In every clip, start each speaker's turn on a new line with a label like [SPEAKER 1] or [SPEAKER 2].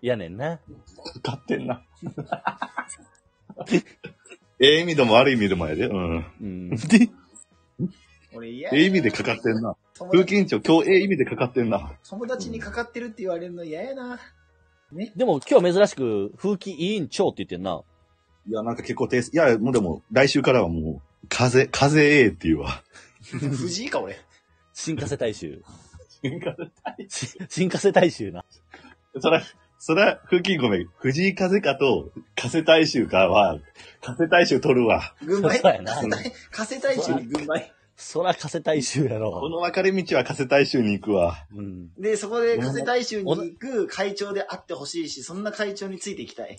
[SPEAKER 1] やねんな。
[SPEAKER 2] 勝ってんな。 ええ意味でも悪い意味でもやで。うん。
[SPEAKER 1] うん。
[SPEAKER 2] で、
[SPEAKER 3] 俺嫌や
[SPEAKER 2] ええ意味でかかってんな。
[SPEAKER 3] 友
[SPEAKER 2] 風
[SPEAKER 3] 達
[SPEAKER 2] 紀委員長、今日ええ意味でかかってんな。
[SPEAKER 3] 友達にかかってるって言われるの嫌やな。
[SPEAKER 1] でも今日珍しく、風紀委員長って言ってんな。
[SPEAKER 2] いや、なんか結構低す。いや、もうでも、来週からはもう、風、風ええっていうわ。
[SPEAKER 3] 藤井か、俺。
[SPEAKER 1] 新加瀬大 衆。し新加瀬大衆な。
[SPEAKER 2] そら、そら、風紀委員ごめん。藤井風かと、風大衆かは、風大衆取るわ。
[SPEAKER 3] 軍配
[SPEAKER 1] そうやな
[SPEAKER 3] 加瀬大衆に軍配。
[SPEAKER 1] そら加瀬大衆や
[SPEAKER 2] こ
[SPEAKER 1] ろ。
[SPEAKER 2] の分かれ道は風大衆に行くわ。
[SPEAKER 1] うん。
[SPEAKER 3] で、そこで加瀬大衆に行く会長であってほしいし、そんな会長についていきたい。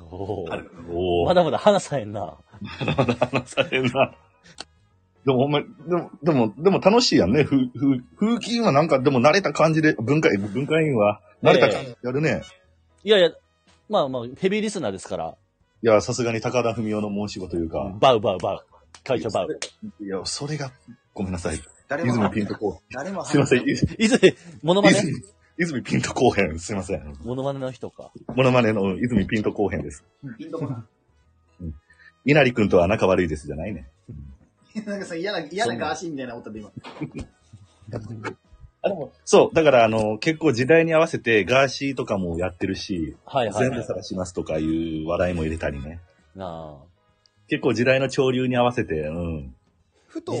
[SPEAKER 1] おお。
[SPEAKER 2] おお。
[SPEAKER 1] まだまだ話さへんな。
[SPEAKER 2] 話されんな。でもほんまに、でも、でも、でも楽しいやんね。風、風、風紀委員はなんか、でも慣れた感じで、文化、文化委員は、慣れた感じでやるね。
[SPEAKER 1] いやいや、まあまあ、ヘビーリスナーですから。
[SPEAKER 2] いや、さすがに高田文夫の申し子というか。
[SPEAKER 1] バウバウバウ。会長バウ。
[SPEAKER 2] いや、それが、ごめんなさい。
[SPEAKER 3] 誰
[SPEAKER 2] 泉
[SPEAKER 3] も
[SPEAKER 2] ピンとこ
[SPEAKER 3] 誰も
[SPEAKER 2] う。すいません。い
[SPEAKER 1] 泉、モノマネ
[SPEAKER 2] 泉、泉ピンとこうへん。すいません。
[SPEAKER 1] モノマネの人か。
[SPEAKER 2] モノマネのうん泉ピンとこうへんです。
[SPEAKER 3] ピンとこな
[SPEAKER 2] 稲荷くんとは仲悪いですじゃないね。
[SPEAKER 3] い。 なんかさ、嫌な、嫌なガーシーみたいな音で今。
[SPEAKER 2] あ、でも、そう。だから、あの、結構時代に合わせて、ガーシーとかもやってるし、
[SPEAKER 1] はいはい、
[SPEAKER 2] 全
[SPEAKER 1] は
[SPEAKER 2] 部
[SPEAKER 1] い。
[SPEAKER 2] 探しますとかいう話題も入れたりね。
[SPEAKER 1] なあ。
[SPEAKER 2] 結構時代の潮流に合わせて、うん。
[SPEAKER 4] ふと
[SPEAKER 1] 時
[SPEAKER 4] 思っ
[SPEAKER 1] 代